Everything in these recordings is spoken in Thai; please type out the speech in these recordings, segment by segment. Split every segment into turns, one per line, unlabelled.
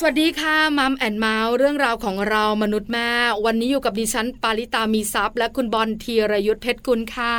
สวัสดีค่ะมัมแอนเมาส์เรื่องราวของเรามนุษย์แม่ วันนี้อยู่กับดิฉัน ปาริตามีซัพย์และคุณบอลธีรยุทธเพชรกุลค่ะ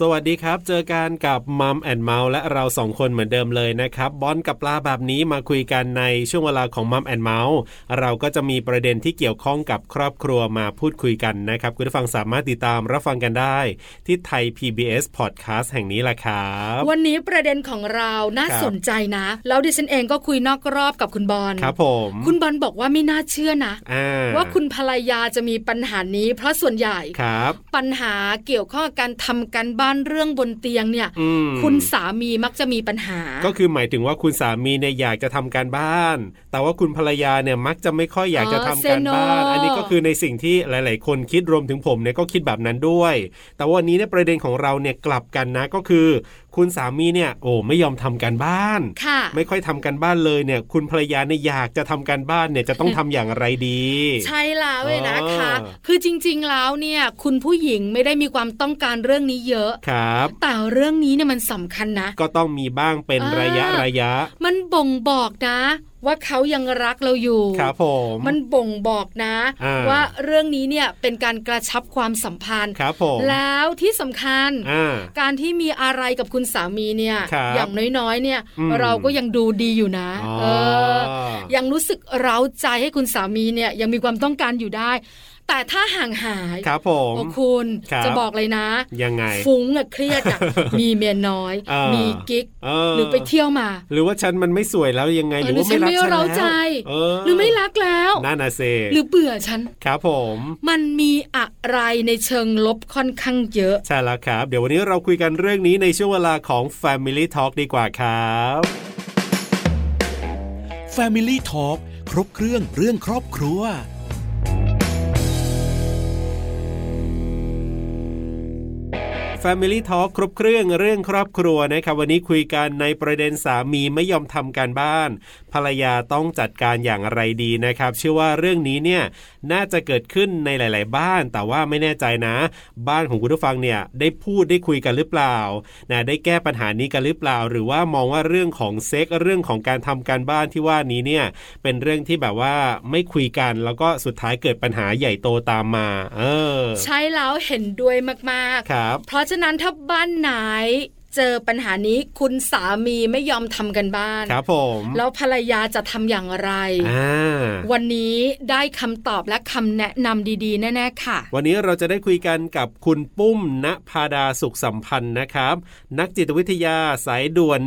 สวัสดีครับ เจอกันกับมัมแอนเมาส์และเราสองคนเหมือนเดิมเลยนะครับ บอลกับปลาแบบนี้มาคุยกันในช่วงเวลาของมัมแอนเมาส์เราก็จะมีประเด็นที่เกี่ยวข้องกับครอบครัวมาพูดคุยกันนะครับ คุณผู้ฟังสามารถติดตามรับฟังกันได้ ที่ไทย PBS Podcast แห่งนี้แหละครับ
วันนี้ประเด็นของเราน่า
ครับ
สนใจนะ แล้วดิฉันเองก็คุยนอกรอบกับคุณบอล
ครับผม
คุณบอลบอกว่าไม่น่าเชื่อนะ
อ่า
ว่าคุณภรรยาจะมีปัญหานี้ เพราะส่วนใหญ่
ครับ
ปัญหาเกี่ยวข้องกับการทำกันบ้านเรื่องบนเตียงเนี่ย
อืม
คุณสามีมักจะมีปัญหา
ก็คือหมายถึงว่าคุณสามีเนี่ยอยากจะทำการบ้าน แต่ว่าคุณภรรยาเนี่ยมักจะไม่ค่อยอยากจะทำการบ้าน
อ๋อ say no
อันนี้ก็คือในสิ่งที่หลาย ๆ คนคิดรวมถึงผมเนี่ยก็คิดแบบนั้นด้วย แต่วันนี้เนี่ยประเด็นของเราเนี่ยกลับกันนะก็คือ คุณสามีเนี่ยโอ้ไม่ยอมทำการบ้าน
ค่ะ
ไม่ค่อยทำการบ้านเลยเนี่ย คุณภรรยาเนี่ยอยากจะทำการบ้านเนี่ยจะต้องทำอย่างไรดี
ใช่แล้วเลยนะคะ
อ๋อ
คือจริงๆ แล้วเนี่ย คุณผู้หญิงไม่ได้มีความต้องการเรื่องนี้เยอะ
ครับ
แต่เรื่องนี้เนี่ยมันสำคัญนะ
ก็ต้องมีบ้างเป็นระยะระยะ
มันบ่งบอกนะ ว่าเขายังรักเราอยู่
ครับผม
มันบ่งบอกนะ
อ่า
ว่าเรื่องนี้เนี่ยเป็นการกระชับความสัมพันธ์
ครับผม
แล้วที่สำคัญ
อ่า
การที่มีอะไรกับคุณสามีเนี่ย
ครับ
อย่างน้อยๆ เนี่ย
อืม
เราก็ยังดูดีอยู่นะ
อ๋อ
เออ ยังรู้สึกเร้าใจให้คุณสามีเนี่ยยังมีความต้องการอยู่ได้ แต่ถ้าห่างหาย
ครับผม
โอ้คุณ
ครับ
จะบอกเลยนะ
ยังไง
ฟุ้งอะเครียด อะ มีเมียน้อย
อ่ามี
มีกิ๊ก
เห
รือไปเที่ยวมา
หรือว่าฉันมันไม่สวยแล้วยังไง
เออ
หรือว่าไม่รัก
หรือฉันไม่
ฉันแล้
เร้าว ใจ
เออ
หรือไม่รักแล้ว
น่านาเซ
หรือเบื่อฉัน
ครับผม
มันมีอะไรในเชิงลบค่อนข้างเยอะ
ใช่แล้วครับ เดี๋ยววันนี้เราคุยกันเรื่องนี้ในช่วงเวลาของ Family Talk ดีกว่าครับ
Family Talk ครบเครื่องเรื่องครอบครัว
Family Talk ครบเครื่องเรื่องครอบครัวนะครับวันนี้คุยกันในประเด็นสามีไม่ยอมทำการบ้าน ภรรยาต้องจัดการอย่างไรดีนะครับ เชื่อว่าเรื่องนี้เนี่ยน่าจะเกิดขึ้นในหลาย ๆ บ้าน แต่ว่าไม่แน่ใจนะ บ้านของคุณผู้ฟังเนี่ยได้พูดได้คุยกันหรือเปล่านะได้แก้ปัญหานี้กันหรือเปล่า หรือว่ามองว่าเรื่องของเซ็กเรื่องของการทำการบ้านที่ว่านี้เนี่ยเป็นเรื่องที่แบบว่าไม่คุยกัน แล้วก็สุดท้ายเกิดปัญหาใหญ่โตตามมา เออ
ใช่แล้วเห็นด้วยมากๆ
ครับ
เพราะฉะนั้นถ้าบ้านไหน เจอปัญหานี้คุณสามีไม่ยอมทำกันบ้าน
ครับผม
แล้วภรรยาจะทำอย่างไร
อ่า
วันนี้ได้คำตอบและคำแนะนำดีๆ แน่ ๆ ค่ะ
วันนี้เราจะได้คุยกันกับคุณปุ้มณพาดาสุขสัมพันธ์นะครับ นักจิตวิทยาสายด่วน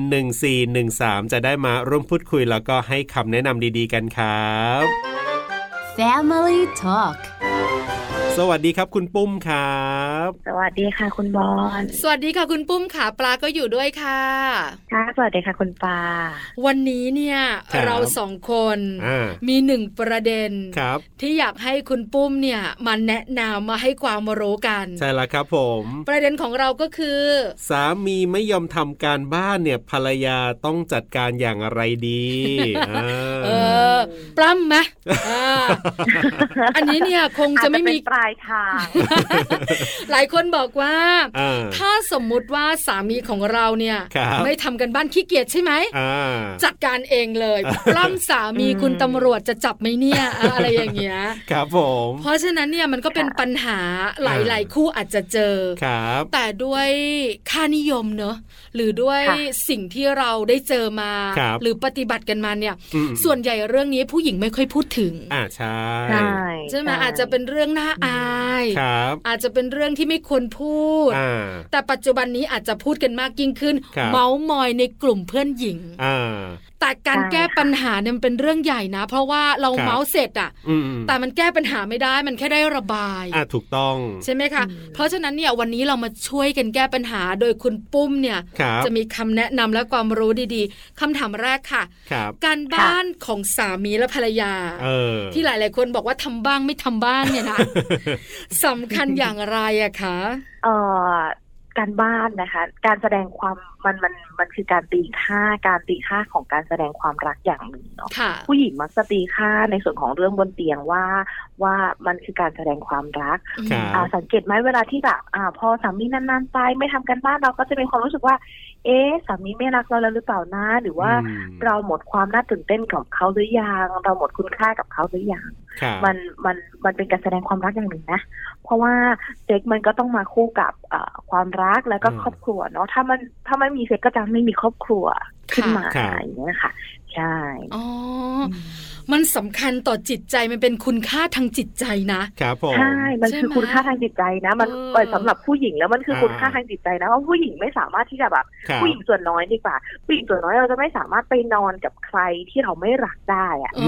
1413 จะได้มาร่วมพูดคุยแล้วก็ให้คำแนะนำดีๆกันครับ
Family Talk
สวัสดีครับคุณปุ้มครับ
สวัสดีค่ะคุณบอล
สวัสดีค่ะคุณปุ้มค่ะปลาก็อยู่ด้วยค่ะ
ค่ะสวัสดีค่ะคุณปา
วันนี้เนี่ย
ครับ
เราสองคน
อ่า
มีหนึ่งประเด็น
ครับ
ที่อยากให้คุณปุ้มเนี่ยมาแนะนำมาให้ความรู้กัน
ใช่แล้วครับผม
ประเด็นของเราก็คือ
สามีไม่ยอมทำการบ้านเนี่ยภรรยาต้องจัดการอย่างไร ดีอ่า
เออปล้ำไหมอ่าอันนี้เนี่ยคงจะไม่มี
อาเป็นปลายทาง
หลายคนบอกว่า
อ่า
ถ้าสมมุติว่าสามีของเราเนี่ย
ครับ
ไม่ทำกันบ้านขี้เกียจใช่ไหม
อ่า
จัดการเองเลย ปล้ำสามี
อืม
คุณตำรวจจะจับไหม เนี่ยอ่ะอะไรอย่างเงี้ย
ครับผม
เพราะฉะนั้นเนี่ยมันก็เป็นปัญหาหลาย ๆ คู่อาจจะเจอ
ครับ
แต่ด้วยค่านิยมเนอะหรือด้วย
ค่ะ
สิ่งที่เราได้เจอมา
ครับ
หรือปฏิบัติกันมาเนี่ย
อืม
ส่วนใหญ่เรื่องนี้ผู้หญิงไม่ค่อยพูดถึง
อ่าใช่
ใช่
ใช่ไหมอาจจะเป็นเรื่องน่าอาย
ครับ
อาจจะเป็นเรื่องที่ไม่ควรพูด
อ่า
แต่ปัจจุบันนี้อาจจะพูดกันมากยิ่งขึ้น
ครับ
เมาส์มอยในกลุ่มเพื่อนหญิง
อ่า
แต่การแก้ปัญหาเนี่ยมันเป็นเรื่องใหญ่นะ เพราะว่าเรา
ครับ
เมาส์เสร็จอะ
อืม
แต่มันแก้ปัญหาไม่ได้มันแค่ได้ระบาย
อ่าถูกต้อง
ใช่ไหมคะ เพราะฉะนั้นเนี่ยวันนี้เรามาช่วยกันแก้ปัญหาโดยคุณปุ้มเนี่ย
ครับ
จะมีคำแนะนำและความรู้ดีๆคำถามแรกค่ะ
ครับ
การบ้านของสามีและภรรยา
เออ
ที่หลายๆคนบอกว่าทำบ้าง ไม่ทำบ้างเนี่ยนะ สำคัญอย่างไรอะคะ
เอ่อ การ การบ้านนะคะ การแสดงความมันมันมันคือการตีค่าการตีค่าของการแสดงความรักอย่างหนึ่งเนาะ
ค่ะ
ผู้หญิงมักจะตีค่าในส่วนของเรื่องบนเตียงว่าว่ามันคือการแสดงความรัก
ครับ
อ่าสังเกตไหมเวลาที่แบบอ่า พอสามีนานๆไปไม่ทำกันบ้านเราก็จะมีความรู้สึกว่า เอ๊ะสามีไม่รักเราแล้วหรือเปล่านะหรือว่า
อืม
เราหมดความน่าตื่นเต้นกับเขาหรือยังเราหมดคุณค่ากับเขาหรือยัง
ครับ
มันมันมันเป็นการแสดงความรักอย่างหนึ่งนะ เพราะว่าเซ็กมันก็ต้องมาคู่กับเอ่อความรักแล้วก็ครอบครัวเนาะถ้ามันถ้าไม่มีเซ็กก็จะไม่มีครอบครัวขึ้นมาอย่างเงี้ยค่ะ ใช่
อ๋อ มันสำคัญต่อจิตใจมันเป็นคุณค่าทางจิตใจนะ
ครับผม
ใช่ มัน
ใช่
คือ
ไหม
คุณค่าทางจิตใจนะ มัน
เออ
เปิดสำหรับผู้หญิงแล้วมันคืออา คุณค่าทางจิตใจนะ เพราะผู้หญิงไม่สามารถที่จะแบบ
ครับ
ผู้หญิงส่วนน้อยดีกว่า ผู้หญิงส่วนน้อยเราจะไม่สามารถไปนอนกับใครที่เราไม่รักได้อะ
เอ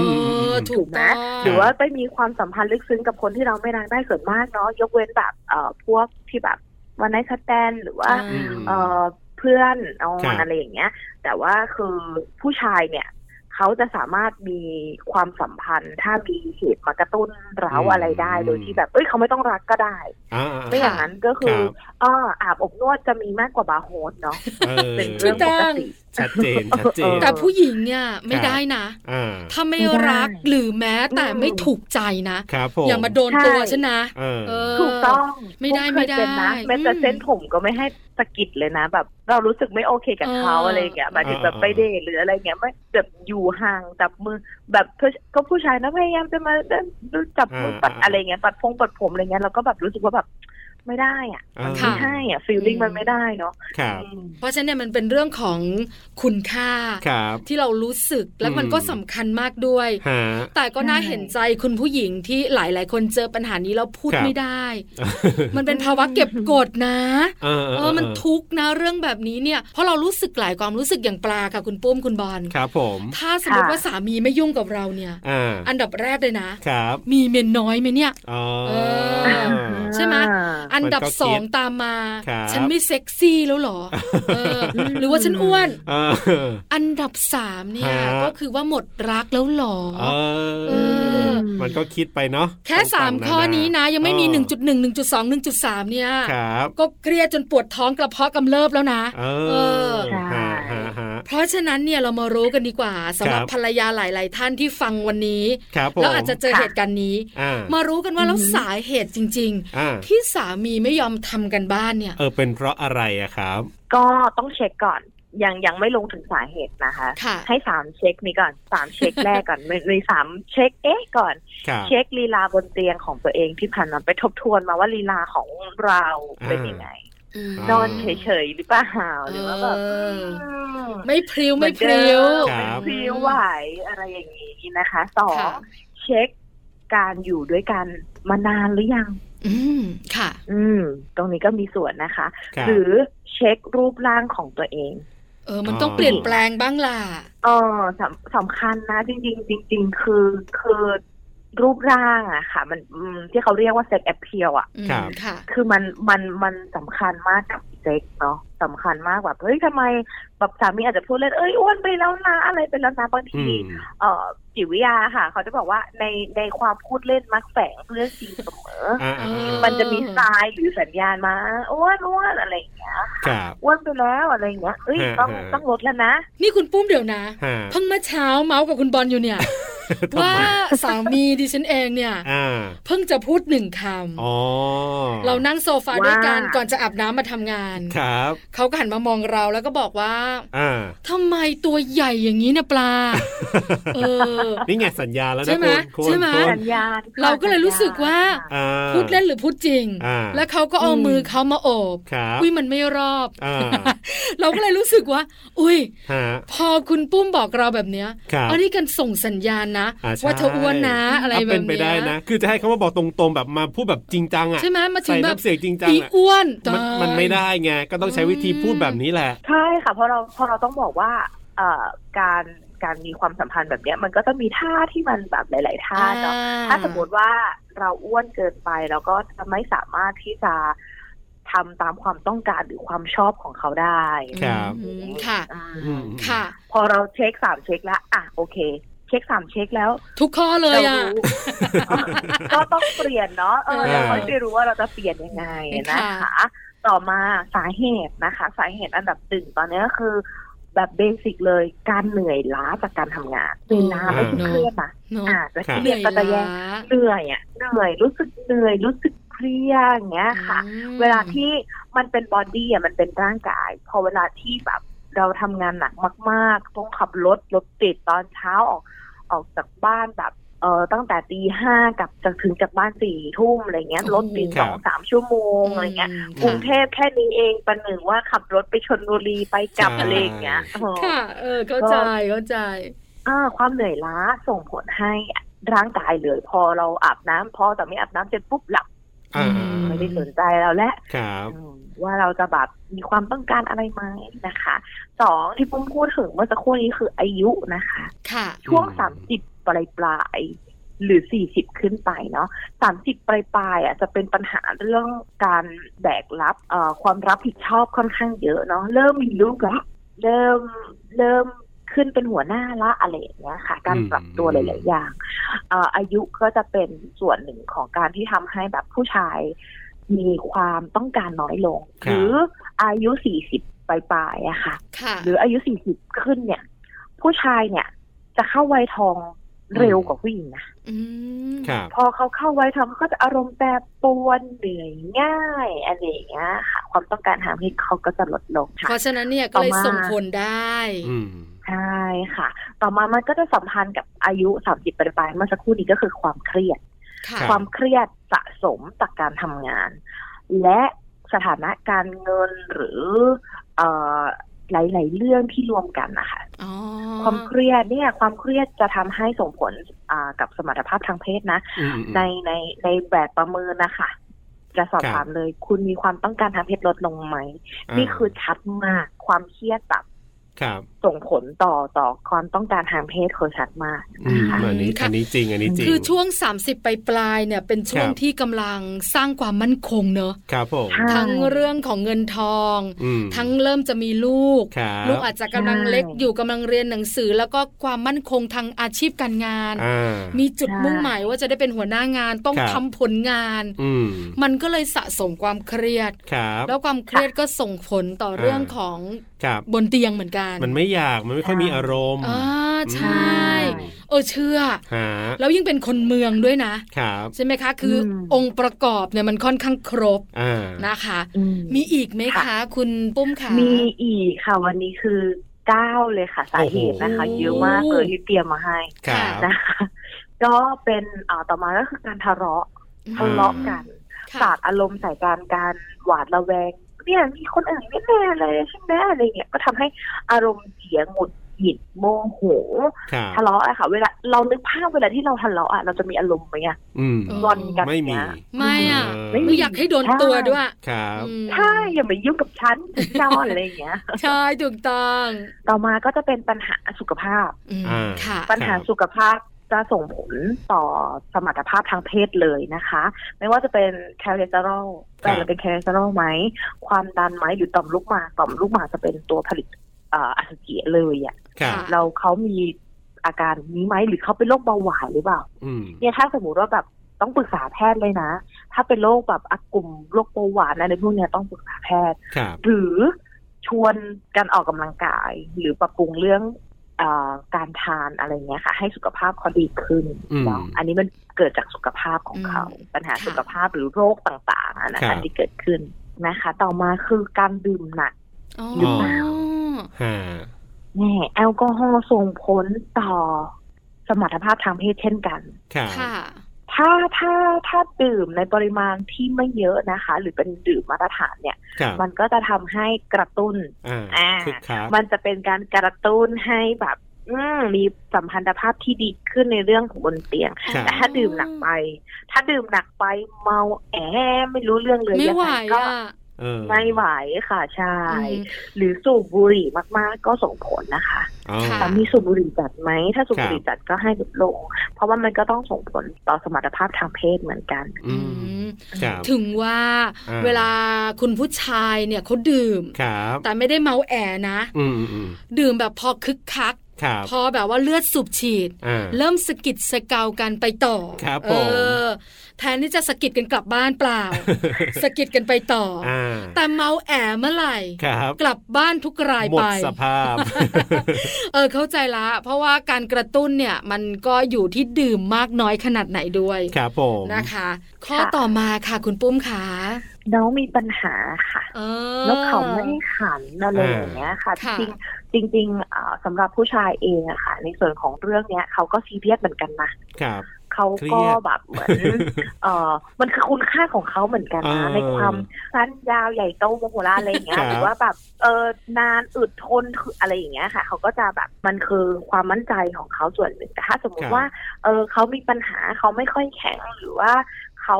อ
ถู
ถูก
ก
ต้
นะ
อง
หรือว่าไปมีความสัมพันธ์ลึกซึ้งกับคนที่เราไม่รักได้ส่วนมากเนาะ ยกเว้นแบบเอ่อพวกที่แบบวันไนท์สแตนหรือว่า
อ่า
เอ่อเพื่อนนอ
ครั
น
บ
อะไรอย่างเงี้ย แต่ว่าคือผู้ชายเนี่ย เขาจะสามารถมีความสัมพันธ์ ถ้ามีเหตุมากระตุ้นเร้า
อืม
อะไรได้โดยที่แบบ เอ้ยเขาไม่ต้องรักก็ได้
อ่า
ไม่อย่างนั้นก็คื
ค
อ
รับ
อ้ออาบอบนวดจะมีมากกว่าบาร์โฮสเนาะ
เออ
เป็นเรื่องปกติ
ชัดเจนชัดเจน
แต่ผู้หญิงเนี่ยไม่
ครับ
ได้นะ
อ่า
ถ้าไม่
ไม่ได้
รักหรือแม้แต่
อืม
ไม่ถูกใจนะ
ครับผม
อย่ามาโดนตัว
ใช่
ฉันนะ
เออ
เออ
ถูกต้อง
ไม่ได้
เคยเป็นนะ
ไม่ได้
แม้แต่
อืม
เส้นผมก็ไม่ให้สะกิดเลยนะ แบบ เรารู้สึกไม่โอเคกับเขา
เอออ
อะไรอย่างเงี้ยหมายถึง
เออ
แบบไปเดทหรืออะไรเงี้ยไม่แบบอยู่ห่างจับมือ แบบก็ผู้ชายนะพยายามจะมาเดินจับมือ
เออ
ปัด
เอออ
อะไรเงี้ยปัดพงปัดผมอะไรเงี้ยเราก็แบบรู้สึกว่าแบบไม่ได้อ่ะมัน
เออ
ไม่ใช่อ่ะฟีลลิ่งมันไม่ได้เนาะ
ครับ
อืม
เพราะฉะนั้นเนี่ยมันเป็นเรื่องของคุณค่า
ครับ
ที่เรารู้สึกและ
อืม
มันก็สำคัญมากด้วย
ฮะ
แต่ก็น่า
ใช่
เห็นใจคุณผู้หญิงที่หลาย ๆ คนเจอปัญหานี้แล้วพูด
ครับ
ไม่ได้ มันเป็นภาวะเก็บกดนะ
เออ
เออ มันทุกข์นะเรื่องแบบนี้เนี่ย เพราะเรารู้สึกหลายความรู้สึกอย่างปลากับคุณปุ้มคุณบอล
ครับผม
ถ้าสมมติว่าสามีไม่ยุ่งกับเราเนี่ย
อ่า
อันดับแรกเลยนะ
ครับ
มีเมียน้อยไหมเนี่ย
อ๋อ
เออ ใช่ไหม อันดับ
มันก็คิด
สองตามมา
ครับ
ฉันไม่เซ็กซี่แล้วเหรอเออหรือว่าฉันอ้วน
เออ
อันดับสามเนี่ย
ฮะ
ก็คือว่าหมดรักแล้วเหรอ
เอ
เอ
อ
อ
มันก็คิดไปเนาะ
แค่สาม
ต่งๆ
ข้อนี้นะ ยังไม่มี
เออ
1.1 1.2 1.3 เนี่ย
ครับ
ก็เครียดจนปวดท้องกระเพาะกำเริบแล้วนะ
เอ
เอ
อ
อ
ฮะฮะฮะ
เพราะฉะนั้นเนี่ยเรามารู้กันดีกว่าสำหรับ
ครับ
ภรรยาหลาย ๆ ท่านที่ฟังวันนี้
ครับผม
แล้วอาจจะเจอเหตุการณ์นี้
อ่า
มารู้กันว่าแล้วสาเหตุจริง
อ่า
ๆ ที่สามีไม่ยอมทำกันบ้านเนี่ย
เออเป็นเพราะอะไรอะครับ
ก็ต้องเช็คก่อนยังยังไม่ลงถึงสาเหตุนะคะ
ค่ะ
ให้สามเช็คนี้ก่อนสามเช็คแรกก่อน มีมีสามเช็คเอ๊ะก่อน
ครับ
เช็คลีลาบนเตียงของตัวเองที่ผ่านมาไปทบทวนมาว่าลีลาของเราเป็นยังไง
อ่า
นอนเฉยๆหรือเปล่าหรือว่าแบบ
เออ
ม
ไม่พริ้ว
เห
ไม่
อน
พ
เดิ
ริ้ว
ม
ค
ไม่
รับ
พริ้วไหวอะไรอย่างนี้นะคะสอง
ค่ะ
เช็คการอยู่ด้วยกันมานานหรือยัง
อืมค่ะ
อืม ตรงนี้ก็มีส่วนนะคะ
ครับ
หรือเช็ครูปร่างของตัวเอง
เออ มันต้อง
อ๋อ
เปลี่ยนแปลงบ้างล่ะ
เออสำสำคัญนะจริงๆจริงๆคือคือรูปร่างอะค่ะ มันอืมที่เขาเรียกว่าเซ็กแอปเพียอะ
อืม
ครับ
ค่ะ
คือมันมันมันสำคัญมากกับเซ็กเนาะสำคัญมากแบบเฮ้ยทำไมแบบสามีอาจจะพูดเล่นเอ้ยอ้วนไปแล้วนะอะไรไปแล้วนะบาง
อื
ที
ม
เอ่อจิตวิทยาค่ะ เขาจะบอกว่าในในความพูดเล่นมักแฝงเรื่องจริงเสมอ
อ่าอ่า
เออ
มันจะมีทรายหรือสัญญาณมาอ้วนอ้วนอะไรอย่างเงี้ย
ครับ
อ้วนไปแล้วอะไรอย่างเงี้ยเอ้ยต้อง
ฮะฮะ
ต้องลดแล้วนะ
นี่คุณปุ้มเดี๋ยวนะ
ฮะ
เพิ่งเมื่อเช้าเมาส์กับคุณบอลอยู่เนี่ย
ทำ
ว่า
ไม
สามีดิฉันเองเนี่ย
อ่า
เพิ่งจะพูดหนึ่งค
อ๋อ
ำเรานั่งโซฟาด้วยกัน
ว่า
ก่อนจะอาบน้ำมาทำงาน
ครับ
เขาก็หันมามองเราแล้วก็บอกว่า
อ่า
ทำไมตัวใหญ่อย่างนี้เนี่ยป ลา เออ
นี่ไงสัญญาแล้ว
ใช่
นะ
ไหม
คุณคุณ
ใช่ไหม
คุณ
สัญญาณค่ะ
เราก็เลยรู้สึกว่า
สัญญณค่ะ
อ่า
พูดเล่นหรือพูดจริง
อ่า
แล้วเขาก็เอา
อืม
มือเขามาโอบ
ครับ
อุ้ยมันไม่รอบ
อ่า
เราก็เลยรู้สึกว่า อุ้ย
ฮะ
พอคุณปุ้มบอกเราแบบเนี้ย
ครับ
อันนี้กันส่งสัญญาณนะ
อ่าใช่
ว่าเธออ้วนนะอะไร
ถ้า
แบบเนี้ย
เป็นไปได้นะ คือจะให้เขามาบอกตรงๆแบบมาพูดแบบจริงจังอ่ะ
ใช่ไหมมาถึ
ใส่
งแบบ
น้ำเสียงจริงจัง
อี
อะ
อ้วน
มัน
ตาย
มันไม่ได้ไง ก็ต้องใช้วิธีพูดแบบนี้แหละ
ใช่ค่ะเพราะเราเพราะเราต้องบอกว่าเอ่อการการมีความสัมพันธ์แบบเนี้ย มันก็จะมีท่าที่มันแบบหลาย ๆ ท่าเนาะถ้าสมมติว่าเราอ้วนเกินไปเราก็จะไม่สามารถที่จะทำตามความต้องการหรือความชอบของเขาได้
ครับ
อืมค่ะ
อืม
อืม
ค่ะ
พอเราเช็คสามเช็คแล้วอ่ะโอเค เช็คสามเช็คแล้ว
ทุกข้อเลยอ่ะ
เรารู้ ก็ต้องเปลี่ยนเนาะเออ
เออ
เราไม่ได้รู้ว่าเราจะเปลี่ยนยังไงนะคะ ต่อมาสาเหตุนะคะ สาเหตุอันดับหนึ่งตอนนี้ก็คือ แบบเบสิกเลยการเหนื่อยล้าจากการทำงานเวลาไม่ใช่เครียดนะ
เนาะ
อ่าจะ
ครับ
เครียดก็จะแย่เหนื่อยอ่ะเหนื่อยรู้สึกเหนื่อยรู้สึกเพลียอย่างเงี้ยค่ะ
อืม
เวลาที่มันเป็นบอดี้อ่ะมันเป็นร่างกาย พอเวลาที่แบบเราทำงานหนักมากๆต้องขับรถรถติดตอนเช้าออกออกจากบ้านแบบเออตั้งแต่ตีห้ากลับจากถึงจากบ้านสี่ทุ่มอะไรเงี้ยรถติดสองสามชั่วโมงอะไรเงี้ย
ม
กรุงเทพแค่นี้เองประหนึ่งว่าขับรถไปชนบุรีไปกลับ
ใช่
อะไรอย่างเงี้ยโอ้โห
ค่ะ เออเข้าใจเข้าใจ
อ่าความเหนื่อยล้าส่งผลให้ร่างกายเลยพอเราอาบน้ำพอแต่ไม่อาบน้ำเสร็จปุ๊บหลับ
อ่า
อืม
ไม่ได้สนใจเราและ
ครับ
อืมว่าเราจะแบบมีความต้องการอะไรไหมนะคะสองที่ปุ้มพูดถึงเมื่อสักครู่นี้คืออายุนะคะ
ค่ะ
ช่วง
อืม
สามสิบปลายปลายๆหรือสี่สิบขึ้นไปเนาะสามสิบปลายปลายๆอ่ะจะเป็นปัญหาเรื่องการแบกรับเอ่อความรับผิดชอบค่อนข้างเยอะเนาะเริ่มมีลูกละเริ่มเริ่มขึ้นเป็นหัวหน้าละอะไรอย่างเงี้ยค่ะ การปรับตัวหลาย ๆ อย่างเอ่ออายุก็จะเป็นส่วนหนึ่งของการที่ทำให้แบบผู้ชายมีความต้องการน้อยลง
ครับ
หรืออายุสี่สิบปลายปลายๆอะค่ะ
ค่ะ
หรืออายุ 40 ขึ้นเนี่ย ผู้ชายเนี่ย จะเข้าวัยทองเร็วกว่าผู้หญิงนะ
อืม
ครับ
พอเขาเข้าวัยทองเขาก็จะอารมณ์แปรปรวนเหนื่อยง่ายอะไรอย่างเงี้ยค่ะ ความต้องการทางเพศเขาก็จะลดลงค่ะ
เพราะฉะนั้นเนี่ยก็เลย
ต่อมา
ส่งผลได้
อืม
ใช่ค่ะ ต่อมามันก็จะสัมพันธ์กับอายุ 30ปลายๆเมื่อสักครู่นี้ก็คือความเครียด
ค่ะ
รับ
ความเครียดสะสมจากการทำงาน และสถานะการเงินหรือเอ่อหลาย ๆ เรื่องที่รวมกันนะคะ
อ๋อ
ความเครียดเนี่ยความเครียดจะทำให้ส่งผลอ่ากับสมรรถภาพทางเพศนะ
อืมอืม
ในในในแบบประเมินนะคะจะสอบ
ครับ
ถามเลย คุณมีความต้องการทางเพศลดลงไหม นี่คือชัดมากความเครียดแบบ
ครับ
ส่งผลต่อต่อความต้องการทางเพศคือชัดมาก
อืมอันนี้อันนี้จริง อันนี้จริง
คือช่วง 30 ไปปลายๆเนี่ยเป็นช่วง
ครับ
ที่กำลังสร้างความมั่นคงเนอะ
ครับผม
ใช่
ทั้งเรื่องของเงินทอง
อืม
ทั้งเริ่มจะมีลูก
ครับ
ลูกอาจจะกำลัง
ใช่
เล็กอยู่กำลังเรียนหนังสือ แล้วก็ความมั่นคงทางอาชีพการงาน
อ่า
มีจุดมุ่งหมายว่าจะได้เป็นหัวหน้างานต้อง
ครับ
ทำผลงาน
อืม
มันก็เลยสะสมความเครียด
ครับ
แล้วความเครียดก็ส่งผลต่อเรื่องของ
ครับ
บนเตียงเหมือนกัน
มันไม่อยาก มันไม่ค่อยมีอารมณ์
อ่าใช่
อืม
เออเชื่อ
หา
แล้วยิ่งเป็นคนเมืองด้วยนะ
ครับ
ใช่ไหมคะ คืออ
ม
องค์ประกอบเนี่ยมันค่อนข้างครบ
อ่า
นะคะ
อื
มีอีกไหมคะคุณปุ้มขา
มีอีกค่ะ วันนี้คือเก้าเลยค่ะสาเหตุนะคะ
โอ้โห
เยอะมากเลยที่เตรียมมาให้
ครับ
นะคะก็เป็นอ่าต่อมาก็คือการทะเลาะทะเลาะกัน
ค่ะ
สาดอารมณ์ใส่การการหวาดระแวง เนี่ยมีคนอื่นไม่แน่เลยใช่ไหมอะไรเงี้ยก็ทำให้อารมณ์เสียหงุดหงิดโมโห
ครับ
ทะเลาะอะค่ะ เวลาเรานึกภาพเวลาที่เราทะเลาะอะเราจะมีอารมณ์ไหมอะ
อืม
งอนกัน
ไม่มี
เนี่ย
ไม่อ่ะ
ไม่มี
ไม่อยากให้โดนตัวด้วย
ครับ
อืม
ใช่อย่ามายุ่งกับ ฉันฉันนอนอะไรเงี้ย
ใช่ถูกต้อง
ต่อมาก็จะเป็นปัญหาสุขภาพ
อืม
อ่า
ค่ะ
ปัญหา
ครับ
สุขภาพจะส่งผลต่อสมรรถภาพทางเพศเลยนะคะ ไม่ว่าจะเป็นคอเลสเตอรอลแต่เราเป็นคอเลสเตอรอลไหม ความดันไหมหรือต่อมลูกหมากต่อมลูกหมากจะเป็นตัวผลิตเอ่ออสุจิเลยอะ
ครับ
ค่ะ
เราเขามีอาการนี้ไหมหรือเขาเป็นโรคเบาหวานหรือเปล่า
อืม
เนี่ยถ้าสมมติว่าแบบต้องปรึกษาแพทย์เลยนะ ถ้าเป็นโรคแบบอ่ะกลุ่มโรคเบาหวานอะไรพวกเนี้ยต้องปรึกษาแพทย์
ครับ
หรือชวนการออกกำลังกาย หรือปรับปรุงเรื่องเออการทานอะไรเงี้ยค่ะ ให้สุขภาพเขาดีขึ้น
อืม
เนาะอันนี้มันเกิดจากสุขภาพของเขา
อืม
ปัญหา
ค่ะ
สุขภาพหรือโรคต่างๆอะนะ
ครั
คะ
บ
ที่เกิดขึ้นนะคะ ต่อมาคือการดื่มหนัก
อ๋อ
หรือเปล่า
หา
แน่แอลกอฮอล์ส่งผลต่อสมรรถภาพทางเพศเช่นกัน
ครับ
ค่ะ
ถ้าถ้าถ้าดื่มในปริมาณที่ไม่เยอะนะคะ หรือเป็นดื่มมาตรฐานเนี่ย
ครับ
มันก็จะทำให้กระตุ้น
อ่า
อ่า
คึกคัก
มันจะเป็นการกระตุ้นให้แบบอืมมีสัมพันธภาพที่ดีขึ้นในเรื่องของบนเตียง
ครับ
แต่ถ้าดื่มหนักไป ถ้าดื่มหนักไปเมาแอไม่รู้เรื่องเลย
ไม่
ยัง
ไหว
ไงก็
อ่ะ
เออ
ไม่ไหวค่ะใช่
อืม
หรือสูบบุหรี่มากๆ ก็ส่งผลนะคะ
อ๋อ
ค่ะ
สามีสูบบุหรี่จัดไหม ถ้าสูบบุหรี่จัดก็ให้ลดลง เพราะว่ามันก็ต้องส่งผลต่อสมรรถภาพทางเพศเหมือนกัน
อื
อืม
มครับ
ถึงว่า
อ่า
เวลาคุณผู้ชายเนี่ยเขาดื่ม
ครับ
แต่ไม่ได้เมาแอนะ
อืมอืมอืม
ดื่มแบบพอคึกคัก
ครับ
พอแบบว่าเลือดสูบฉีด
อ่า
เริ่มสะกิดสะเกากันไปต่อ
ครับ
เอ
ผม
อ แทนที่จะสะกิดกันกลับบ้านเป ล่า สะกิดกันไปต่ออ
อ่า
แต่เมาแอบเมื่อไหร่
ครับ
กลับบ้านทุกราย
หม
ไป
ดส ภาพ
เออเข้าใจละ เพราะว่าการกระตุ้นเนี่ยมันก็อยู่ที่ดื่มมากน้อยขนาดไหนด้วย
ครับผม
นะคะ ข้อต่อมาค่ะคุณปุ้มขา
น้องมีปัญหาค่ะ
เออ
แล้วเขาไม่ขันอะไรอย่างเงี้ยค่ะ
ค่ะ
จริงจริงๆเอ่อสำหรับผู้ชายเองอะค่ะ ในส่วนของเรื่องเนี้ยเขาก็ซีเรียสเหมือนกันนะครับ เขาก็
เครียด
แบบเหมือนเออมันคือคุณค่าของเขาเหมือนกันนะ
เออ
ในความสั้นยาวใหญ่โตโมโหลารอะไรอย่างเงี้
ครั
ย
บ
หรือว่าแบบเออนานอึดทนคืออะไรอย่างเงี้ยค่ะ เขาก็จะแบบมันคือความมั่นใจของเขาส่วนหนึ่งแต่ถ้าสมมติว่า เออเขามีปัญหาเขาไม่ค่อยแข็งหรือว่าเขา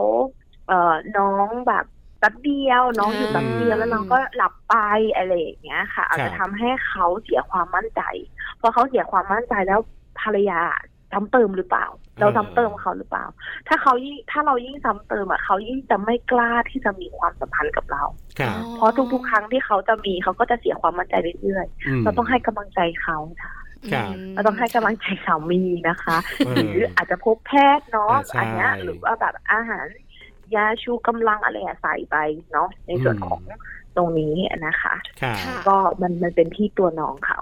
เออน้องแบบแป๊บเดียว น้องอยู่แป๊บเดียว
อืม
แล้วน้องก็หลับไปอะไรอย่างเงี้ยค่ะ อาจจะทำให้เขาเสียความมั่นใจพอเขาเสียความมั่นใจแล้วภรรยาซ้ำเติมหรือเปล่า เราซ้ำเติมเขาหรือเปล่า ถ้าเขายิ่งถ้าเรายิ่งซ้ำเติมอ่ะเขายิ่งจะไม่กล้าที่จะมีความสัมพันธ์กับเรา
ครับ
อ๋อ
เพราะทุกๆครั้งที่เขาจะมีเขาก็จะเสียความมั่นใจเรื่อย
ม
ๆเราต้องให้กำลังใจเขาค่ะ
ครับ
ม
เราต้องให้กำลังใจสามีนะคะ
เอ
หรือ ออาจจะพบแพทย์เนาะ
อ่าใช่
อันเนี้ยหรือว่าแบบอาหาร ยาชูกำลังอะไรอะใส่ไปเนาะในส่วน
อืม
ของตรงนี้นะคะ
ครับ
ค่ะ
ก็มันมันเป็นที่ตัวน้องเขา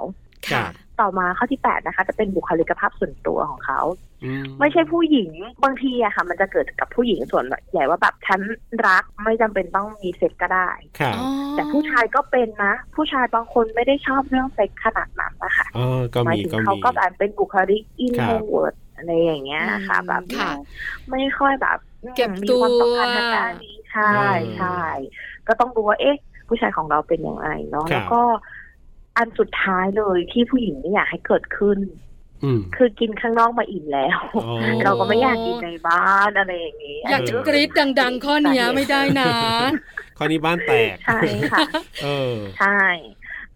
ค่ะ
ต่อมาข้อที่แปดนะคะ จะเป็นบุคลิกภาพส่วนตัวของเขา
อื
ไม่ใช่ผู้หญิงบางทีอะค่ะ มันจะเกิดกับผู้หญิงส่วนใหญ่ว่าแบบฉันรักไม่จำเป็นต้องมีเซ็กก็ได้
ครับ
อ๋อ
แต่ผู้ชายก็เป็นนะ ผู้ชายบางคนไม่ได้ชอบเรื่องเซ็กขนาดนั้นนะคะ
เออก็
หมาย
มี
ถึง
ก็
เขา
มี
ก็แบบเป็นบุคลิกอิน
ครับ
โทรเวิร์ดอะไรอย่างเงี้ยค่ะ
อืม
แบบ
ค่ะ
ไม่ค่อยแบบอืม
เก็บ
มี
ตัว
ความสำคัญทางด้านนี้ใช่ใช่ก็ต้องดูว่าเอ๊ะ ผู้ชายของเราเป็นยังไงเนาะแล้วก็อันสุดท้ายเลยที่ผู้หญิงไม่อยากให้เกิดขึ้น
อืม
คือกินข้างนอกมาอิ่มแล้ว
อ๋อ
เราก็ไม่อยากกินในบ้านอะไรอย่างนี้
อยากจะ
เออ
กรี๊ดดัง ๆ ข้อเนี้ยไม่ได้นะ
ข้อนี้บ้านแตก
ใช่ค่ะ
เออ
ใช่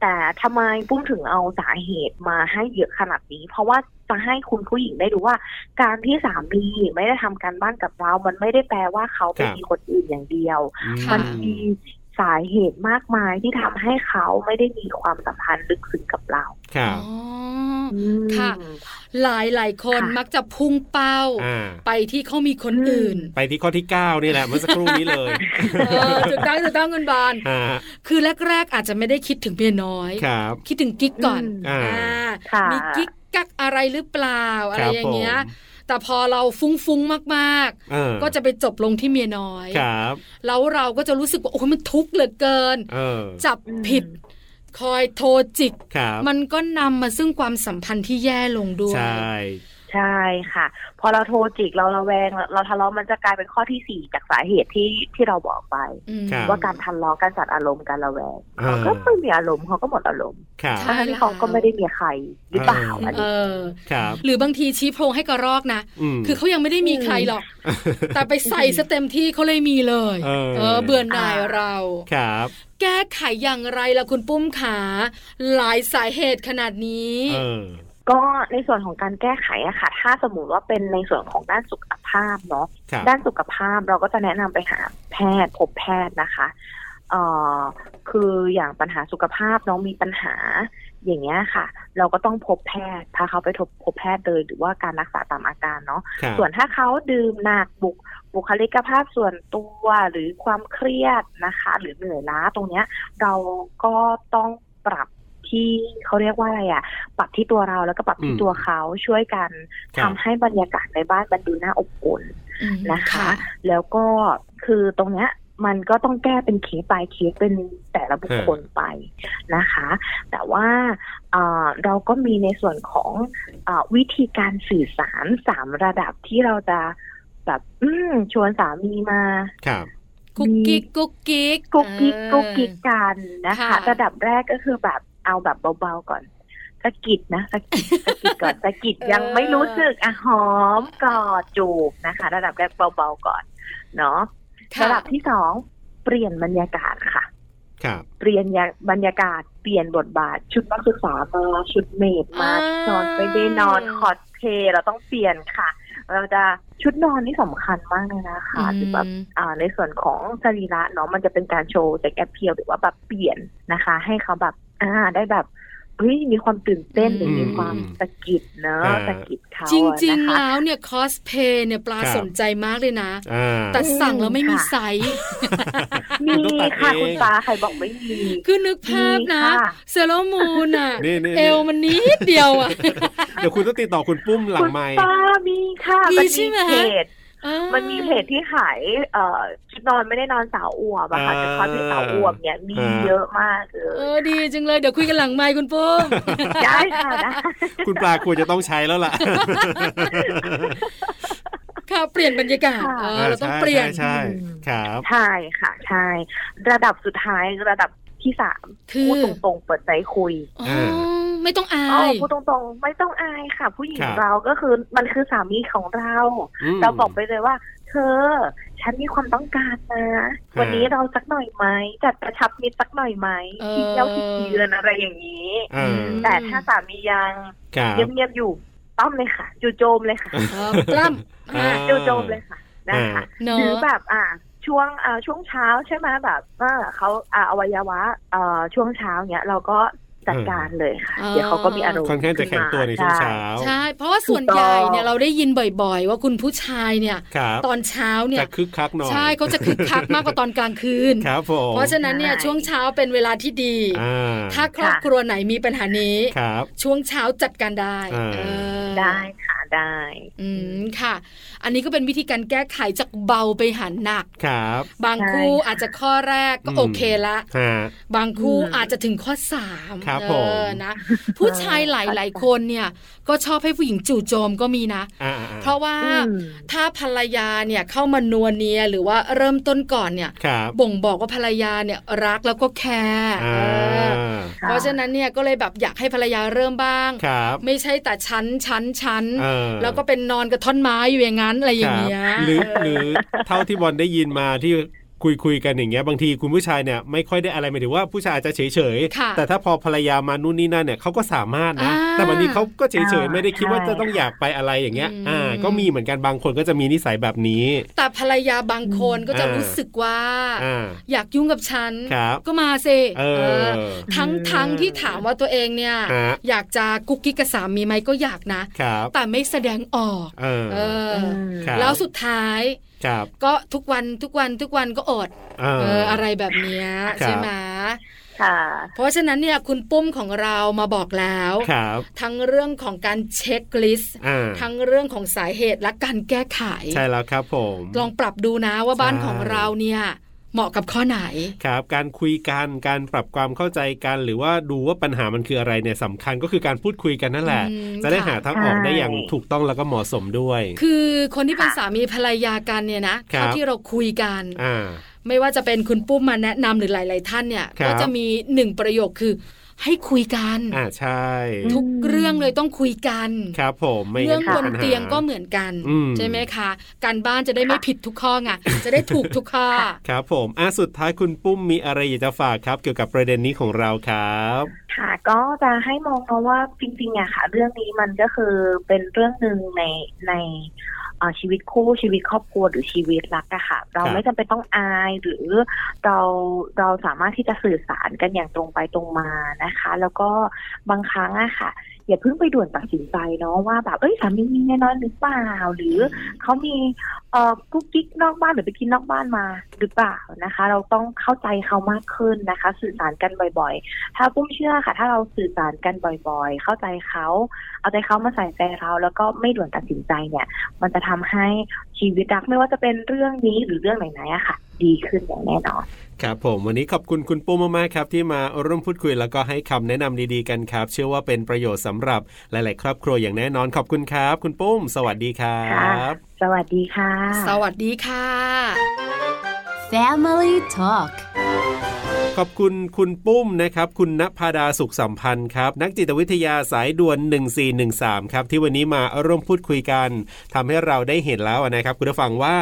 แต่ทำไมปุ้มถึงเอาสาเหตุมาให้เยอะขนาดนี้ เพราะว่าจะให้คุณผู้หญิงได้ดูว่า การที่สามีไม่ได้ทำการบ้านกับเรา มันไม่ได้แปลว่าเขา
ค
ไป
รับ
มีคนอื่นอย่างเดียว
อื
ค่ะ
มันมีสาเหตุมากมายที่ทำให้เขาไม่ได้มีความสัมพันธ์ลึกซึ้งกับเรา
ครับ
อ๋อ
ม
ค่ะ หลายหลายคน
ค่ะ
มักจะพุ่งเป้า
อ่า
ไปที่เขามีคนอื่น
ไปที่ข้อที่ 9 นี่แหละเมื่อสักครู่นี้เลย
เออถูกต้องถูกต้องคุณบอล
ฮะ
คือแรก ๆ อาจจะไม่ได้คิดถึงเมียน้อย
ครับ
คิดถึงกิ๊กก่อน
อืม
อ่า
ค่ะ
มีกิ๊กกักอะไรหรือเปล่าอะไร
ครับ
อย่างเงี้ย
ผม
แต่พอเราฟุ้งฟุ้งๆมาก
เออ
ๆ ก็จะไปจบลงที่เมียน้อย
ครับ
แล้วเราก็จะรู้สึกว่าโอ้ยมันทุกข์เหลือเกิน
เออ
จับผิด คอยโทรจิก
ครับ
มันก็นำมาซึ่งความสัมพันธ์ที่แย่ลงด้วย
ใช่
ใช่ค่ะ พอเราโทรจิกเราระแวง เราทะเลาะมันจะกลายเป็นข้อที่สี่จากสาเหตุที่ที่เราบอกไป
อืม
ว่าการทะเลาะการจัดอารมณ์การระแวง
เอ
เขา
อ
ก็ไม่มีอารมณ์เขาก็หมดอารมณ์
ครับ
ใช่
ทั้งที่เขาก็ไม่ได้มีใครหรือเปล่า
เอออั
อัน
เอ
นี้
อ
ครับ
หรือบางทีชี้โพรงให้กระรอกนะ
อืม
คือเขายังไม่ได้มีใครหรอก แต่ไปใส่สเต็มที่เขาเลยมีเลย
เออ
เบื่อหน่ายเรา
ครับ
แก้ไขอย่างไรล่ะคุณปุ้มขา หลายสาเหตุขนาดนี้
เออ
ก็ในส่วนของการแก้ไขอะค่ะ ถ้าสมมติว่าเป็นในส่วนของด้านสุขภาพเนาะ
ครับ
ด้านสุขภาพเราก็จะแนะนำไปหาแพทย์พบแพทย์นะคะเอ่อคืออย่างปัญหาสุขภาพน้องมีปัญหาอย่างเงี้ยค่ะ เราก็ต้องพบแพทย์พาเขาไปพบพบแพทย์เลยหรือว่าการรักษาตามอาการเนาะ
ครับ
ส่วนถ้าเขาดื่มหนักบุคบุคลิกภาพส่วนตัวหรือความเครียดนะคะ หรือเหนื่อยล้าตรงเนี้ย เราก็ต้องปรับที่เขาเรียกว่าอะไรอะ่ะ ปรับที่ตัวเราแล้วก็ปรับที่ตัวเขาช่วยกัน
ค
ทำ
รับ
ให้บรรยากาศในบ้านมันดูน่าอบอุ่น
อืม
นะคะ แล้วก็คือตรงเนี้ยมันก็ต้องแก้เป็นเคสไปเคสเป็นแต่ละบุคคลไปนะคะ แต่ว่าเอ่อเราก็มีในส่วนของ เอ่อวิธีการสื่อสารสามระดับที่เราจะแบบ อืมชวนสามีมา
ครับ
กุ๊กกิ๊กกุ๊กกิ๊ก
กุ๊กกิ๊ก
เออ
กุ๊กกิ๊กกันนะคะ
ค่ะ
ระดับแรกก็คือแบบเอาแบบเบาๆก่อนสะกิดนะสะกิดสะกิดก่อนสะกิดยังไม่รู้สึกอะหอมกอดจูบนะคะ ระดับแรกเบาๆก่อนเนาะ
ค่ะ
ระดับที่สองเปลี่ยนบรรยากาศค่ะ
ครับ
เปลี่ยนยาบรรยากาศเปลี่ยนบทบาท ชุดนักศึกษามาชุดเมดมา
อ่าน
อนไม่ได้นอนคอสเพลย์เราต้องเปลี่ยนค่ะ เราจะชุดนอนนี่สำคัญมากเลยนะคะ
อืม
หรือแบบอ่าในส่วนของสรีระเนาะมันจะเป็นการโชว์เซ็กแอปเพียหรือว่าแบบเปลี่ยนนะคะ ให้เขาแบบอ่าได้แบบ เฮ้ยมีความตื่นเต้นหรือ
ม
มีความสะกิดเนอะ
อ่า
สะกิดเขา
จ
อะ
ริงๆ
นะคะ
แล้วเนี่ยคอสเพย์เนี่ยปลา
ครับ
สนใจมากเลยนะ
อ่า
แต่สั่งแล้วไม่มี
อืมค่ะ
ไซส์
มี
ต้องตัด
ค่ะ
เอง
คุณปลาใครบอกไม่มี
คือนึกภาพนะ
มีค่ะ
เซโลมูนอ่ะ
นี่นี่นี่
เอวมันนิดเดียวอ่ะ
เดี๋ยวคุณต้องติดต่อคุณปุ้มหลังไมค์
คุณปลามีค่ะ
มี
น
ใช่ไหม
เพจ
เออ
มันมีเพจที่ขายเอ่อชุดนอนไม่ได้นอนสาวอวบอะค่ะ
อ่า
จะคอสเป็นสาวอวบเนี่ยมี
อ่า
เยอะมากเล
เอย อดีจังเลยเดี๋ยวคุยกันหลังไมค์คุณปุ้ม
ได้ค่ะ ได้
คุณปลาควรจะต้องใช้แล้วล่ะ
ค่ะเปลี่ยนบรรยากาศ
ค่ะ
เออเราต้องเปลี่ยน
ใช่ใช่ใช่ครับ
ใช่ค่ะใช่ระดับสุดท้ายระดับที่สาม
คือ
พูดตรงๆเปิดใจคุย
อ๋อ
เออ
ไม่ต้องอา
อ๋อย พูดตรงๆ ไม่ต้องอายค่ะ ผู้หญิง
ครับ
เราก็คือมันคือสามีของเรา
ม
เราบอกไปเลยว่า เธอ ฉันมีความต้องการนะ
ฮะ
วันนี้เราสักหน่อยไหมจัดกระชับมิตรสักหน่อยไหม
เออ
ที่เที่ยวที่เดือนอะไรอย่างนี้
เออ
ม
แต่ถ้าสามียัง
ครับ
เงียบๆอยู่ต้อมเลยค่ะ จู่โจมเลยค่ะ
เออปล้ำอ่ะ
อ่า
จู่โจมเลยค่ะนะคะ
เน
หรือ
อะ
แบบอ่าช่วงอ่าช่วงเช้าใช่ไหมแบบว่าเขาอ่าอวัยวะเอ่อช่วงเช้าเนี้ยเราก็จัดการเลยค่ะ เดี๋ยวเขาก็มีอารมณ์
ค่อนข้างจะแข็งตัวในช่วงเช้า
ใช่ เพราะว่าส่วนใหญ่เนี่ยเราได้ยินบ่อยๆ ว่าคุณผู้ชายเนี่ย
ครับ
ตอนเช้าเนี่
จะ
ย
คึกคักหน่อย
ใช่เขาจะคึกคักมากกว่าตอนกลางคืน
ครับผม
เพราะฉะนั้นเนี่ยช่วงเช้าเป็นเวลาที่ดี
อ่า
ถ้าครอบครัวไหนมีปัญหานี้
ครับ
ช่วงเช้าจัดการได้
อ่า
เออ
ได้ได้ค่ะได้
อืมค่ะ อันนี้ก็เป็นวิธีการแก้ไขจากเบาไปหาหนัก
ครับ
บาง
ใช่
คู่อาจจะข้อแรกก็
อืม
โอเคละ
ฮะ
บางคู่
อืม
อาจจะถึงข้อสาม
ครับ
เอ
ผม
อนะ ผู้ชายหลาย ๆ คนเนี่ย ก็ชอบให้ผู้หญิงจู่โจมก็มีนะ
อ่าๆๆ
เพราะว่า
อืม
ถ้าภรรยาเนี่ยเข้ามานัวเนียหรือว่าเริ่มต้นก่อนเนี่ย
ครับ
บ่งบอกว่าภรรยาเนี่ยรักแล้วก็แคร์
อ่า
เออเพราะฉะนั้นเนี่ยก็เลยแบบอยากให้ภรรยาเริ่มบ้าง
ครับ
ไม่ใช่แต่ชั้นชั้นชั้น
เออ
แล้วก็เป็นนอนกับท่อนไม้อยู่อย่างนั้นอะไรอ
ค
ย่าง
รับ
เงี้ย
หรือ
เอ
หรือเท่าที่บอลได้ยินมาที่คุยคุยๆกันอย่างเงี้ยบางทีคุณผู้ชายเนี่ยไม่ค่อยได้อะไรหมายถึงว่าผู้ชายอาจจะเฉยเฉยๆ
ค่ะ
แต่ถ้าพอภรรยามานู่นนี่นั่นเนี่ยเขาก็สามารถนะ
อ่า
แต่บางทีเขาก็เฉยเฉย
อ่า
ไม่ได้คิดว่าจะต้องอยากไปอะไรอย่างเงี้ย
อืม
อ่า ก็มีเหมือนกันบางคนก็จะมีนิสัยแบบนี้
แต่ภรรยาบางคนก็จะ
อ่ารู้
รู้สึกว่า
อ่า
อยากยุ่งกับฉัน
ครับ
ก็มาสิ
เอ
เอ
อ
อทั้งทั้งที่ถามว่าตัวเองเนี่ย
ฮะ
อยากจะกุ๊กกิ๊กกับสามีไหมก็อยากนะ
ครับ
แต่ไม่แสดงออก
เออ
เออ
ครับ
แล้วสุดท้าย
ครับ
ก็ทุกวันทุกวันทุกวันก็อด
เอ
เอ
อ
ออะไรแบบเนี้ย
ครับ
ใช่ไหม
ค่ะ
เพราะฉะนั้นเนี่ยคุณปุ้มของเรามาบอกแล้ว
ครับ
ทั้งเรื่องของการเช็คลิสต์
อ่า
ทั้งเรื่องของสาเหตุและการแก้ไข
ใช่แล้วครับผม
ลองปรับดูนะว่าบ้าน
ใช่
ของเราเนี่ยเหมาะกับข้อไหน
ครับการคุยกันการปรับความเข้าใจกัน หรือว่าดูว่าปัญหามันคืออะไรเนี่ยสำคัญก็คือการพูดคุยกันนั่นแหละ
อืม
จะได้
ค่ะ
หาทางออก
ใช่
ได้อย่างถูกต้องแล้วก็เหมาะสมด้วย
คือคนที่เป็น
ค่ะ
สามีภรรยากันเนี่ยนะครับ เท่าที่เราคุยกัน
อ่า
ไม่ว่าจะเป็นคุณปุ้มมาแนะนำหรือหลาย ๆ ท่านเนี่ย
ครับ
ก็จะมีหนึ่งประโยคคือ ให้คุยกัน
อ่าใช่
ทุกเรื่องเลยต้องคุยกัน
ครับผมไม่
เรื่องบ
งั้
น
ปัญหา
เตียงก็เหมือนกัน
อืม
ใช่ไหมคะการบ้านจะได้ไม่ผิดทุกข้อไงจะได้ถูกทุกข้อ
ครับผมอ่ะสุดท้ายคุณปุ้มมีอะไรอยากจะฝากครับ เกี่ยวกับประเด็นนี้ของเราครับ
ค่ะก็จะให้มองเนาะว่าจริงๆอะค่ะ เรื่องนี้มันก็คือเป็นเรื่องหนึ่งในในเอ่อชีวิตคู่ชีวิตครอบครัวหรือชีวิตรักอะค่ะ เรา
ครับ
ไม่จำเป็นต้องอายหรือเราเราสามารถที่จะสื่อสารกันอย่างตรงไปตรงมานะคะ แล้วก็บางครั้งอะค่ะ อย่าเพิ่งไปด่วนตัดสินใจเนาะว่าแบบเอ้ยสามีมีแน่นอนหรือเปล่า หรือเขามีเอ่อกุ๊กกิ๊กนอกบ้านหรือไปกินนอกบ้านมาหรือเปล่านะคะ เราต้องเข้าใจเขามากขึ้นนะคะ สื่อสารกันบ่อยๆ ถ้าปุ้มเชื่อค่ะ ถ้าเราสื่อสารกันบ่อยๆ เข้าใจเขา เอาใจเขามาใส่ใจเราแล้วก็ไม่ด่วนตัดสินใจเนี่ย มันจะทำให้ชีวิตรักไม่ว่าจะเป็นเรื่องนี้หรือเรื่องไหนๆอะค่ะ ดีขึ้นอย่างแน่นอน
ครับผมวันนี้ขอบคุณคุณปุ้มมากๆครับ ที่มาร่วมพูดคุยแล้วก็ให้คำแนะนำดีๆกันครับ เชื่อว่าเป็นประโยชน์สำหรับหลาย ๆ ครอบครัวอย่างแน่นอนขอบคุณครับ คุณปุ้ม สวัสดีครับ
สวัสดีค่ะ
สวัสดีค่ะ
Family Talk
ขอบคุณคุณปุ้มนะครับ คุณณพาดาสุขสัมพันธ์ครับ นักจิตวิทยาสายด่วน 1413 ครับ ที่วันนี้มาร่วมพูดคุยกันทำให้เราได้เห็นแล้วนะครับ คุณผู้ฟังว่า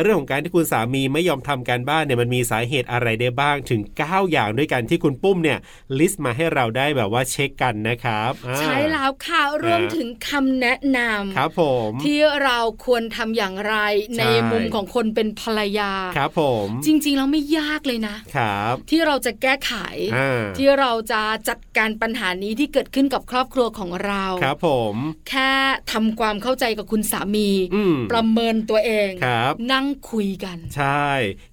เรื่องของการที่คุณสามีไม่ยอมทำการบ้านเนี่ยมันมีสาเหตุอะไรได้บ้างถึง 9 อย่างด้วยกันที่คุณปุ้มเนี่ยลิสต์มาให้เราได้แบบว่าเช็คกันนะครับอ่า
ใช้แล้วค่ะรวมถึงคำแนะนำ
ครับผม
ที่เราควรทำอย่างไร
ใช่
ในมุมของคนเป็นภรรยา
ครับผม
จริง ๆ แล้วไม่ยากเลยนะ
ครับ
ที่เรา เราจะแก้ไข
อ่า
ที่เราจะจัดการปัญหานี้ที่เกิดขึ้นกับครอบครัวของเรา
ครับผม
แค่ทำความเข้าใจกับคุณสามี
อืม
ประเมินตัวเอง
ครับ
นั่งคุยกัน
ใช่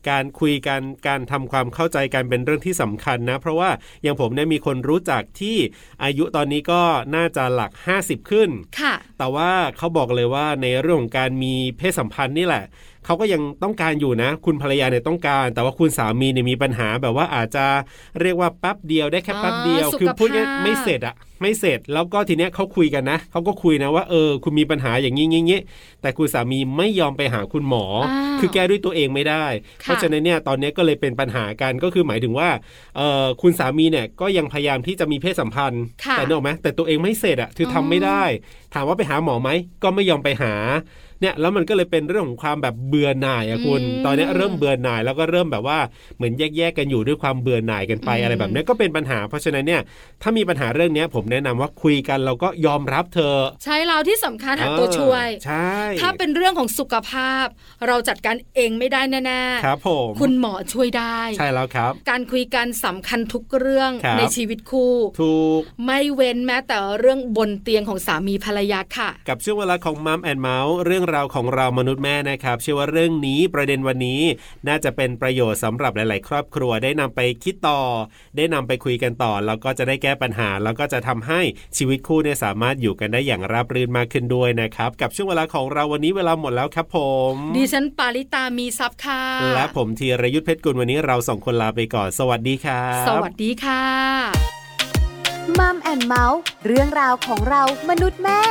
การคุยกัน การทำความเข้าใจกันเป็นเรื่องที่สำคัญนะ เพราะว่าอย่างผมเนี่ยมีคนรู้จักที่อายุตอนนี้ก็น่าจะหลัก 50 ขึ้น
ค่ะ
แต่ว่าเขาบอกเลยว่าในเรื่องของการมีเพศสัมพันธ์นี่แหละ เขาก็ยังต้องการอยู่นะ คุณภรรยาเนี่ยต้องการ แต่ว่าคุณสามีเนี่ยมีปัญหาแบบว่าอาจจะเรียกว่าแป๊บเดียวได้แค่แป๊บเดียว
อ๋อสุข
คืพูดง่าย
ภาพ
ไม่เสร็จอะไม่เสร็จแล้วก็ทีเนี้ยเขาคุยกันนะเขาก็คุยนะว่าเออคุณมีปัญหาอย่างนี้อย่างนี้แต่คุณสามีไม่ยอมไปหาคุณหมอ
อ้าว
คือแก้ด้วยตัวเองไม่ได้
ค่ะ
เพราะฉะนั้นเนี่ยตอนเนี้ยก็เลยเป็นปัญหากันก็คือหมายถึงว่าเออคุณสามีเนี่ยก็ยังพยายามที่จะมีเพศสัมพันธ์
ค่ะ
แต่เนกอะไหมแต่ตัวเองไม่เสร็จอะคือทำไม่ได้ ถามว่าไปหาหมอไหม ก็ไม่ยอมไปหา เนี่ยแล้วมันก็เลยเป็นเรื่องของความแบบเบื่อหน่ายอะคุณ
อืม
ตอนเนี้ยเริ่มเบื่อหน่ายแล้วก็เริ่มแบบว่าเหมือนแยกๆกันอยู่ด้วยความเบื่อหน่ายกันไป
อืม
อะไรแบบเนี้ยก็เป็นปัญหา เพราะฉะนั้นเนี่ยถ้ามีปัญหาเรื่องเนี้ยผมแนะนำว่าคุยกันเราก็ยอมรับเธอะ
ใช้เราที่สำคัญหา
เออ
ตัวช่วย
ใช่
ถ้าเป็นเรื่องของสุขภาพ เราจัดการเองไม่ได้แน่
ครับผม
ๆคุณหมอช่วยได้
ใช่แล้วครับ
การคุยกันสำคัญทุกเรื่อง
ครับ
ในชีวิตคู่
ถูก
ไม่เว้นแม้แต่เรื่องบนเตียงของสามีภรรยาค่ะ
กับช่วงเวลาของมัมแอนเมาส์เรื่องราวของเรามนุษย์แม่นะครับ เชื่อว่าเรื่องนี้ประเด็นวันนี้ น่าจะเป็นประโยชน์สำหรับหลาย ๆ ครอบครัวได้นำไปคิดต่อ ได้นำไปคุยกันต่อ แล้วก็จะได้แก้ปัญหา แล้วก็จะทำให้ชีวิตคู่เนี่ยสามารถอยู่กันได้อย่างราบรื่นมากขึ้นด้วยนะครับ กับช่วงเวลาของเราวันนี้เวลาหมดแล้วครับผม
ดิฉันปาริตามีซับค่ะ
และผมธีรยุทธเพชรกุลวันนี้เราสองคนลาไปก่อน สวัสดีครับ
สวัสดีค่ะ
มัมแอนเมาส์เรื่องราวของเรามนุษย์แม่